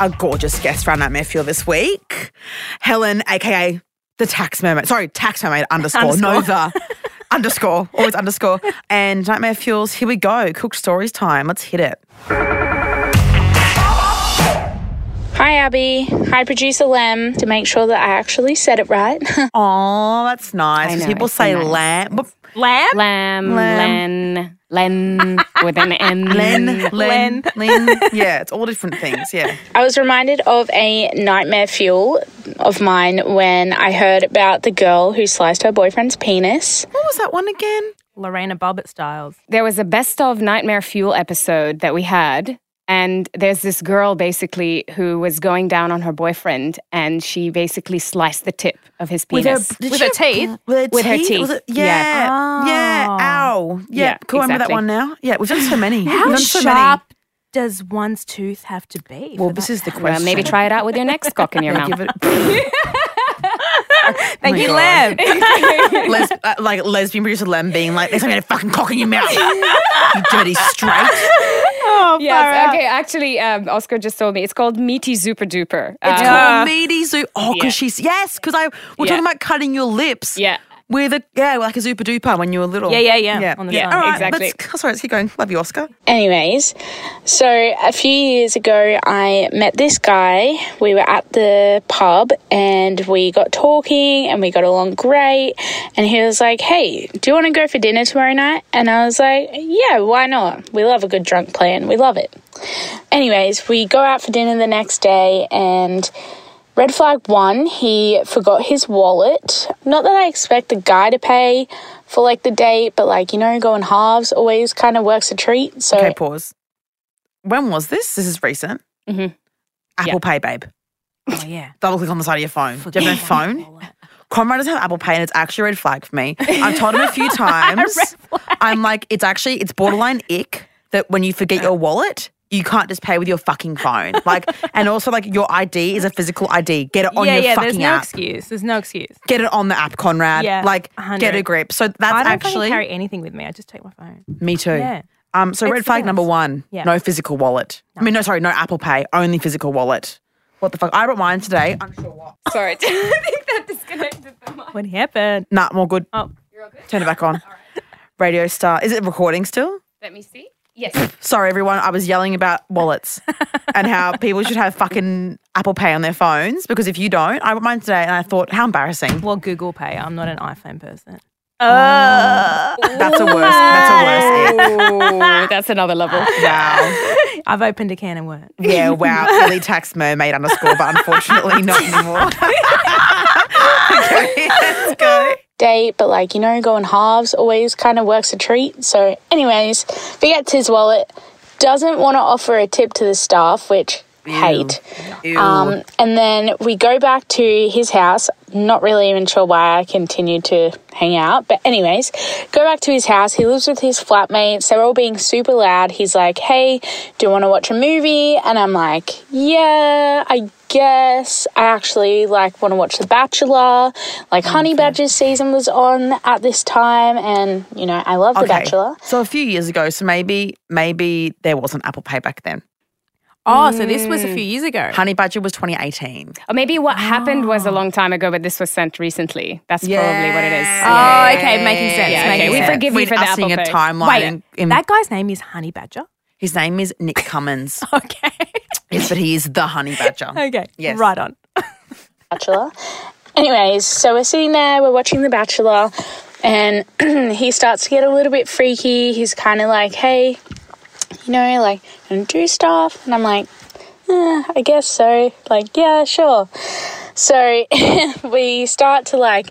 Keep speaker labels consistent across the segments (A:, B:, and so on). A: a gorgeous guest from at Mayfield this week, Helen, aka the Tax Mermaid. Sorry, Tax Mermaid underscore,
B: Underscore.
A: Nova underscore, always underscore, and Nightmare Fuels. Here we go, cook stories time. Let's hit it.
C: Hi, Abby. Hi, producer Lem. To make sure that I actually said it right.
A: Oh, that's nice. 'cause
D: know,
A: people
D: it's so
A: say
D: nice.
A: lamb. Whoop.
B: Lamb?
D: Lam, Len, Len with an N.
A: Len, Mm. Len, Len. Yeah, it's all different things. Yeah.
C: I was reminded of a nightmare fuel of mine when I heard about the girl who sliced her boyfriend's penis.
A: What was that one again?
B: Lorena Bobbitt Styles.
D: There was a best of Nightmare Fuel episode that we had. And there's this girl basically who was going down on her boyfriend and she basically sliced the tip of his penis.
A: did
B: With
A: she
B: her
A: have-
B: teeth?
A: With,
D: With her
A: Was
D: teeth,
A: it-
D: yeah.
A: Yeah. Yeah.
B: Oh.
A: Ow. Yeah.
D: Yeah,
A: cool. I remember that
D: exactly.
A: one now. Yeah, we've done so many. we've
B: How
A: done so
B: sharp does one's tooth have to be?
A: Many.
B: for
A: Well, this
B: that?
A: is the question.
D: well, maybe try it out with your next cock in your
A: Yeah,
D: mouth.
A: give it.
B: Thank
A: my
B: you,
A: God.
B: Lem.
A: Les- uh, like lesbian producer Lem being like, "There's gonna be a fucking cock in your mouth, you dirty straight."
D: Yes. Okay. Actually, um, Oscar just told me it's called Meaty Zuper Duper.
A: It's
D: Um,
A: called meaty zoo. Oh, because
D: Yeah.
A: she's yes, because I we're
D: Yeah.
A: talking about cutting your lips.
D: Yeah.
A: With a yeah, like a super duper when you were little.
B: Yeah, yeah, yeah, on the Yeah, side.
A: All right,
D: exactly.
A: Let's, sorry, let's keep going. Love you, Oscar.
C: Anyways, so a few years ago, I met this guy. We were at the pub and we got talking and we got along great. And he was like, Hey, do you want to go for dinner tomorrow night? And I was like, Yeah, why not? We love a good drunk plan. We love it. Anyways, we go out for dinner the next day and Red flag one, he forgot his wallet. Not that I expect the guy to pay for like the date, but like, you know, going halves always kind of works a treat.
B: Oh.
C: So
A: Okay, pause. When was this? This is recent.
B: Mm-hmm.
D: Mhm.
A: Apple Pay, babe.
B: Oh, yeah.
A: Double click on the side of your phone. Do you have no phone?
B: Wallet.
A: Conrad doesn't have Apple Pay, and it's actually a red flag for me. I've told him a few times. I'm like, it's actually it's borderline ick that when you forget your wallet, you can't just pay with your fucking phone. Like, and also like your ID is a physical ID. Get it on
B: yeah,
A: your
B: yeah. There's
A: fucking
B: no
A: app.
B: excuse. There's no excuse.
A: Get it on the app, Conrad.
B: Yeah,
A: like, get a
B: 100.
A: grip. So that's
B: I don't fucking
A: actually
B: carry anything with me. I just take my phone.
A: me too.
B: Yeah.
A: Um, so
B: It's
A: red
B: the
A: flag number
B: best.
A: one:
B: Yeah.
A: no physical wallet. I mean, no, sorry, no Apple Pay, only physical wallet. What the fuck? I brought mine today.
D: Sorry. I think that disconnected the mic.
B: What happened?
A: Nah, more good.
B: Oh.
A: Turn it back on. Radio Star. Is it recording still?
D: Let me see. Yes.
A: Sorry, everyone. I was yelling about wallets and how people should have fucking Apple Pay on their phones because if you don't, I went mine today and I thought, how embarrassing.
B: Well, Google Pay. I'm not an iPhone person.
A: That's a worse. That's a worse. ick.
D: Oh, that's another level.
A: Wow.
B: I've opened a can of worms.
A: Yeah, wow. Silly tax mermaid underscore, but unfortunately not anymore. okay, let's go.
C: date, but like, you know, going halves always kind of works a treat. So, anyways, forgets his wallet, doesn't want to offer a tip to the staff, which hate.
A: Ew.
C: Um, and then we go back to his house. Not really even sure why I continued to hang out. But, anyways, go back to his house. He lives with his flatmates. They're all being super loud. He's like, hey, do you want to watch a movie? And I'm like, yeah, I guess. I actually like want to watch The Bachelor. Like, Honey Badger's season was on at this time. And, you know, I love The Bachelor.
A: So a few years ago, so maybe maybe there wasn't Apple Pay back then.
B: Oh, so this was a few years ago.
A: Honey Badger was 2018.
D: Or maybe what happened
A: Ah.
D: was a long time ago, but this was sent recently. That's probably what it is.
B: Oh, okay, making sense.
D: Yeah,
B: making
D: okay, we
B: sense.
D: forgive you
A: We're
D: for the
A: us
D: Apple
A: seeing a
D: Pay.
A: timeline.
B: Wait,
A: in- in-
B: that guy's name is Honey Badger.
A: his name is Nick Cummins.
B: Okay.
A: yes, but he is the honey badger.
B: okay.
A: Yes.
B: Right on.
C: Bachelor. Anyways, so we're sitting there, we're watching The Bachelor, and he starts to get a little bit freaky. He's kind of like, hey, you know, like, and do stuff. And I'm like, eh, I guess so. Like, yeah, sure. So we start to like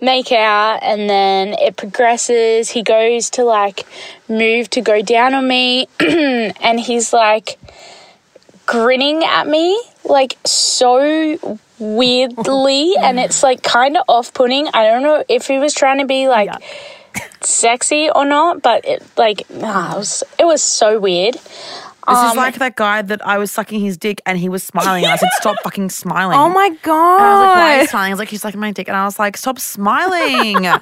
C: make out, and then it progresses. He goes to like move to go down on me, and he's like, grinning at me like so weirdly and it's like kind of off-putting. I don't know if he was trying to be like sexy or not, but it like ah, it was it was so weird.
A: This is like that guy that I was sucking his dick and he was smiling. And I said, Stop fucking smiling.
B: Oh my
A: And I was like, Why are
B: god!
A: you smiling? He's like, He's sucking my dick. And I was like, Stop smiling. I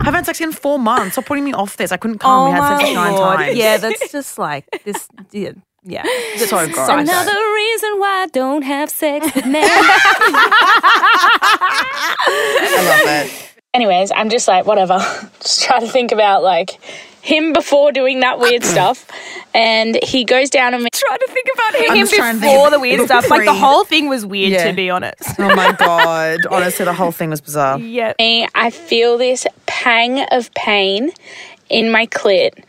A: haven't had sex in four months. Stop putting me off this. I couldn't come. we had sex like nine times.
B: Oh Yeah, that's just like this. Yeah, yeah. That's
A: So gross.
B: psycho.
D: Another reason why I don't have sex with men.
A: I love it.
C: Anyways, I'm just like whatever. just try to think about like him before doing that weird stuff, and he goes down and
B: Trying to think about him
A: just trying to think
B: before
A: of-
B: the weird stuff. Like the
A: Free.
B: whole thing was weird
A: Yeah.
B: to be honest.
A: Oh my God. Honestly, the whole thing was bizarre.
B: Yeah.
C: me, I feel this pang of pain in my clit.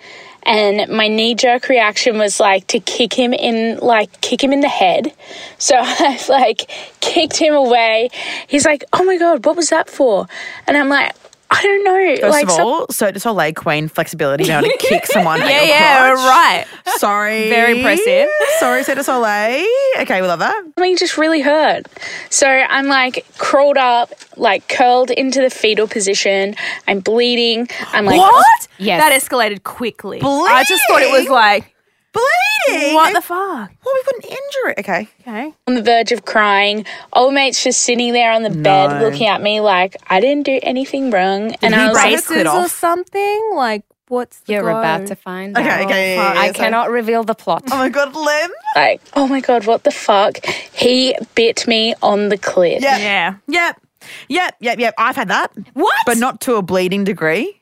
C: And my knee jerk reaction was like to kick him in, like kick him in the head. So I like kicked him away. He's like, "Oh my god, what was that for?" And I'm like, "I don't know."
A: First
C: like,
A: of
C: some-
A: all, so this whole leg queen flexibility, you know, to kick someone. at
B: Yeah,
A: your
B: yeah,
A: crotch.
B: right.
A: Sorry.
B: Very impressive.
A: Sorry, Cirque du Soleil. Okay, we love that.
C: something just really hurt. So I'm like crawled up, like curled into the fetal position. I'm bleeding. I'm like,
B: What?
D: Yes.
B: That escalated quickly. I just thought it was
A: Bleeding?
B: like,
A: Bleeding.
B: what the fuck?
A: Well, we wouldn't injure it. Okay.
B: Okay.
C: on the verge of crying. Old mate's just sitting there on the bed looking at me, like, I didn't do anything wrong. and
A: he
C: I was
A: break-
C: like,
A: Braces
B: Braces or
A: off.
B: something? Like, what's the
D: You're
B: go?
D: about to find
A: Okay.
D: out.
A: okay. yeah, yeah,
D: I
A: yeah, sorry.
D: cannot reveal the plot.
A: Oh my God, Lynn.
C: like, oh my God, what the fuck? He bit me on the clit.
A: Yeah.
B: Yeah.
A: Yep. Yep. Yep. Yep. I've had that.
B: What?
A: But not to a bleeding degree.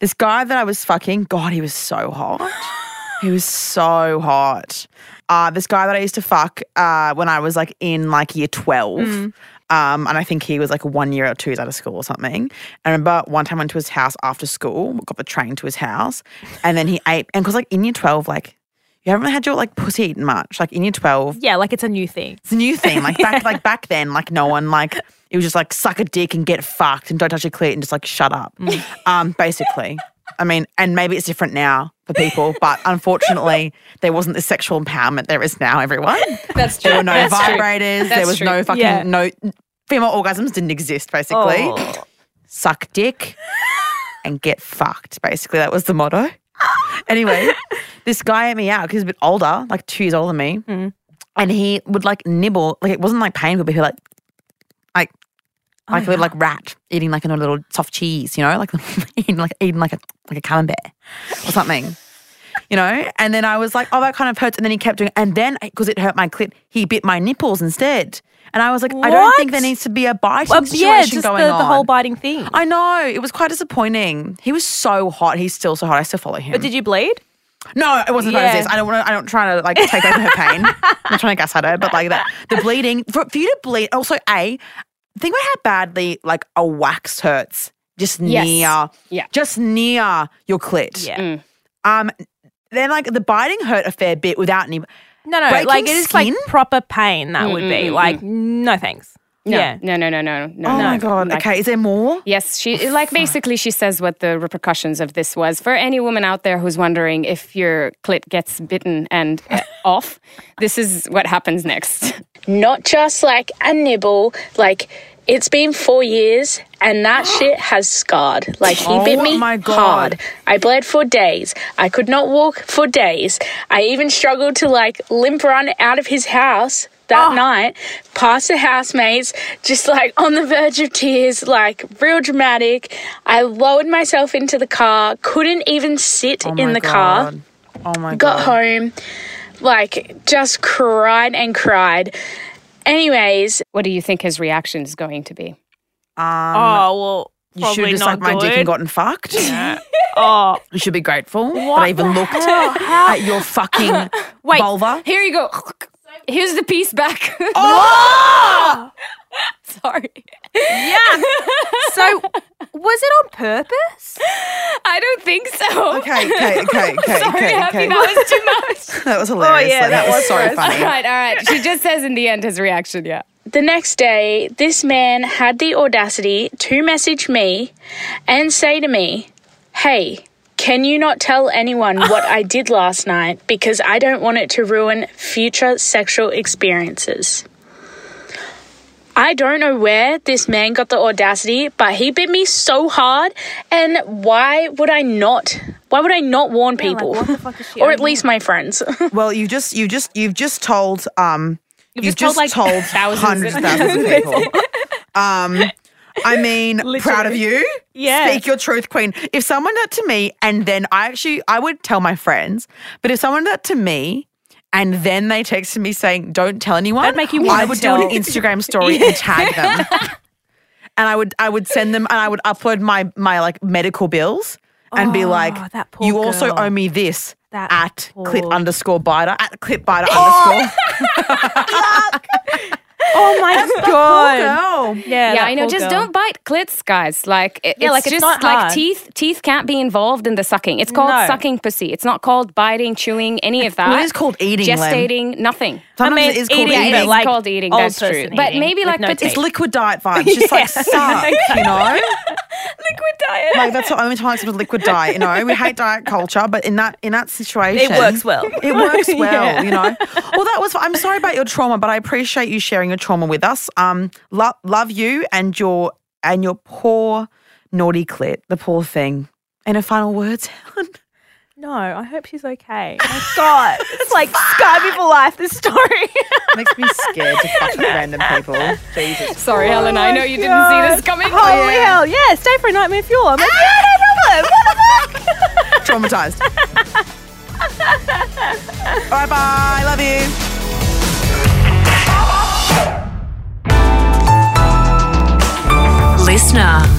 A: This guy that I was fucking, God, he was so hot. he was so hot. Uh, this guy that I used to fuck uh, when I was like in like year 12. Um, and I think he was like one year or two years out of school or something. I remember one time I went to his house after school, got the train to his house, and then he ate. And because like in year 12, like you haven't really had your like pussy eaten much. Like in year 12,
B: yeah, like it's a new thing. Uh,
A: it's a new thing. Like back, like back then, like no one like it was just like suck a dick and get fucked and don't touch your clit and just like shut up.
D: Mm.
A: Um, basically, I mean, and maybe it's different now for people, but unfortunately, there wasn't the sexual empowerment there is now. Everyone,
D: That's true.
A: there were no
D: That's true.
A: vibrators. there
D: That's
A: was
D: true.
A: no fucking
B: Yeah.
A: no female orgasms didn't exist. Basically,
D: Oh.
A: suck dick and get fucked. Basically, that was the motto. Anyway, this guy ate me out because he's a bit older, like two years older than me, and he would like nibble. Like it wasn't like painful, but he like like
B: Oh
A: like a little like rat eating like a little soft cheese, you know, like eating like eating like a like a camembert or something. You know, and then I was like, "Oh, that kind of hurts." And then he kept doing, and then because it hurt my clit, he bit my nipples instead. And I was like, "I don't think there
B: What?
A: needs to be a biting
B: Well,
A: situation
B: yeah, just the,
A: going
B: the
A: on."
B: whole biting thing.
A: I know. It was quite disappointing. He was so hot. He's still so hot. I still follow him.
B: but did you bleed?
A: no, it wasn't as bad as
B: Yeah.
A: this. I don't want to, I don't try to like take over her pain. I'm not trying to gas at her, but like that. The bleeding, for, for you to bleed, also A, think about how badly like a wax hurts just
D: Yes.
A: near,
D: Yeah.
A: just near your clit.
B: Yeah.
A: Um, then like the biting hurt a fair bit without any,
B: No, no,
A: Breaking
B: like it is
A: skin?
B: like proper pain that would be. Like, no thanks.
D: No,
B: Yeah.
D: no, no, no, no, no.
A: oh
D: no.
A: my God. Oh,
D: Like,
A: okay. Is there more?
D: Yes, she like basically she says what the repercussions of this was for any woman out there who's wondering if your clit gets bitten and uh, off. This is what happens next.
C: Not just like a nibble, like, it's been four years and that shit has scarred. Like, he
A: Oh
C: bit me
A: my God.
C: hard. I bled for days. I could not walk for days. I even struggled to like limp run out of his house
A: Oh.
C: that night, past the housemates, just like on the verge of tears, like real dramatic. I lowered myself into the car, couldn't even sit
A: Oh
C: in
A: my
C: the car
A: God. Oh my God.
C: got home, like just cried and cried. Anyways,
D: What do you think his reaction is going to be?
B: oh well,
A: You should have
B: probably
A: just
B: not
A: sucked my dick
B: good.
A: and gotten fucked.
B: Oh,
A: You should be grateful that I even looked at your fucking
B: Wait.
A: vulva. Oh!
D: Here you go. Here's the piece back. Sorry.
B: so was it on purpose?
D: I don't think so.
A: Okay, okay, okay, okay,
D: Sorry,
A: okay,
D: Happy,
A: okay.
D: that was too much.
A: That was hilarious.
B: Oh, yeah,
A: Like, that,
B: that
A: was,
B: was
A: so
B: gross.
D: all
A: funny.
D: right, all right. She just says in the end his reaction, yeah.
C: the next day, this man had the audacity to message me and say to me, Hey, Can you not tell anyone what I did last night because I don't want it to ruin future sexual experiences? I don't know where this man got the audacity, but he bit me so hard. And why would I not? Why would I not warn people?
B: what the fuck is she
C: or at
B: on
C: least my friends.
A: Well, you just you just you've just told um you've,
D: just told, like, thousands
A: hundreds of
D: and
A: thousands of people. Um I mean, proud of you.
B: Yeah.
A: Speak your truth, queen. If someone did that to me and then I actually I would tell my friends, but if someone did that to me and then they texted me saying, "Don't tell anyone."
B: That'd make you
A: I
B: wanna
A: would do
B: tell.
A: an Instagram story and tag them, and I would I would send them, and I would upload my my like medical bills and be like,
B: that poor
A: "You also
B: girl.
A: owe me this
B: That
A: at clip
B: poor-
A: underscore biter at clip biter underscore."
B: Oh my god.
A: Oh,
B: Yeah,
D: yeah,
B: that
D: I know.
B: poor
D: Just
B: girl.
D: don't bite clits, guys. Like, it,
B: Yeah,
D: it's
B: like, it's
D: just
B: not
D: like
B: hard.
D: teeth. Teeth can't be involved in the sucking. It's called
B: No.
D: sucking pussy. It's not called biting, chewing, any of that.
A: Well, it is called eating, Lem.
D: gestating, nothing.
A: Sometimes
B: I mean,
A: it is called
B: eating,
D: Yeah,
A: eating.
D: it
B: but
D: is
B: like
D: called eating.
B: old
D: That's true.
B: person
D: But
B: eating
D: maybe
B: with
D: like,
B: no
D: but
A: it's
B: teeth.
A: liquid diet vibes. Just like suck, you know.
B: Liquid diet.
A: Like that's the only time I accept liquid diet. You know, we hate diet culture, but in that in that situation,
B: It works well.
A: It works well, you know. Well, that was. I'm sorry about your trauma, but I appreciate you sharing your trauma with us. Um, love love you and your and your poor naughty clit, the poor thing. Any final words? Helen?
B: no, I hope she's okay. My god. It's like Sky Before Life, this story.
A: Makes me scared to fuck with random people. Jesus.
D: Sorry, Helen. I know you
B: Oh God.
D: didn't see this coming.
B: Holy hell, yeah, stay for a nightmare fuel. I'm like, yeah, Ah, no problem. What the fuck?
A: Traumatized. All right, bye. Love you.
E: Listener.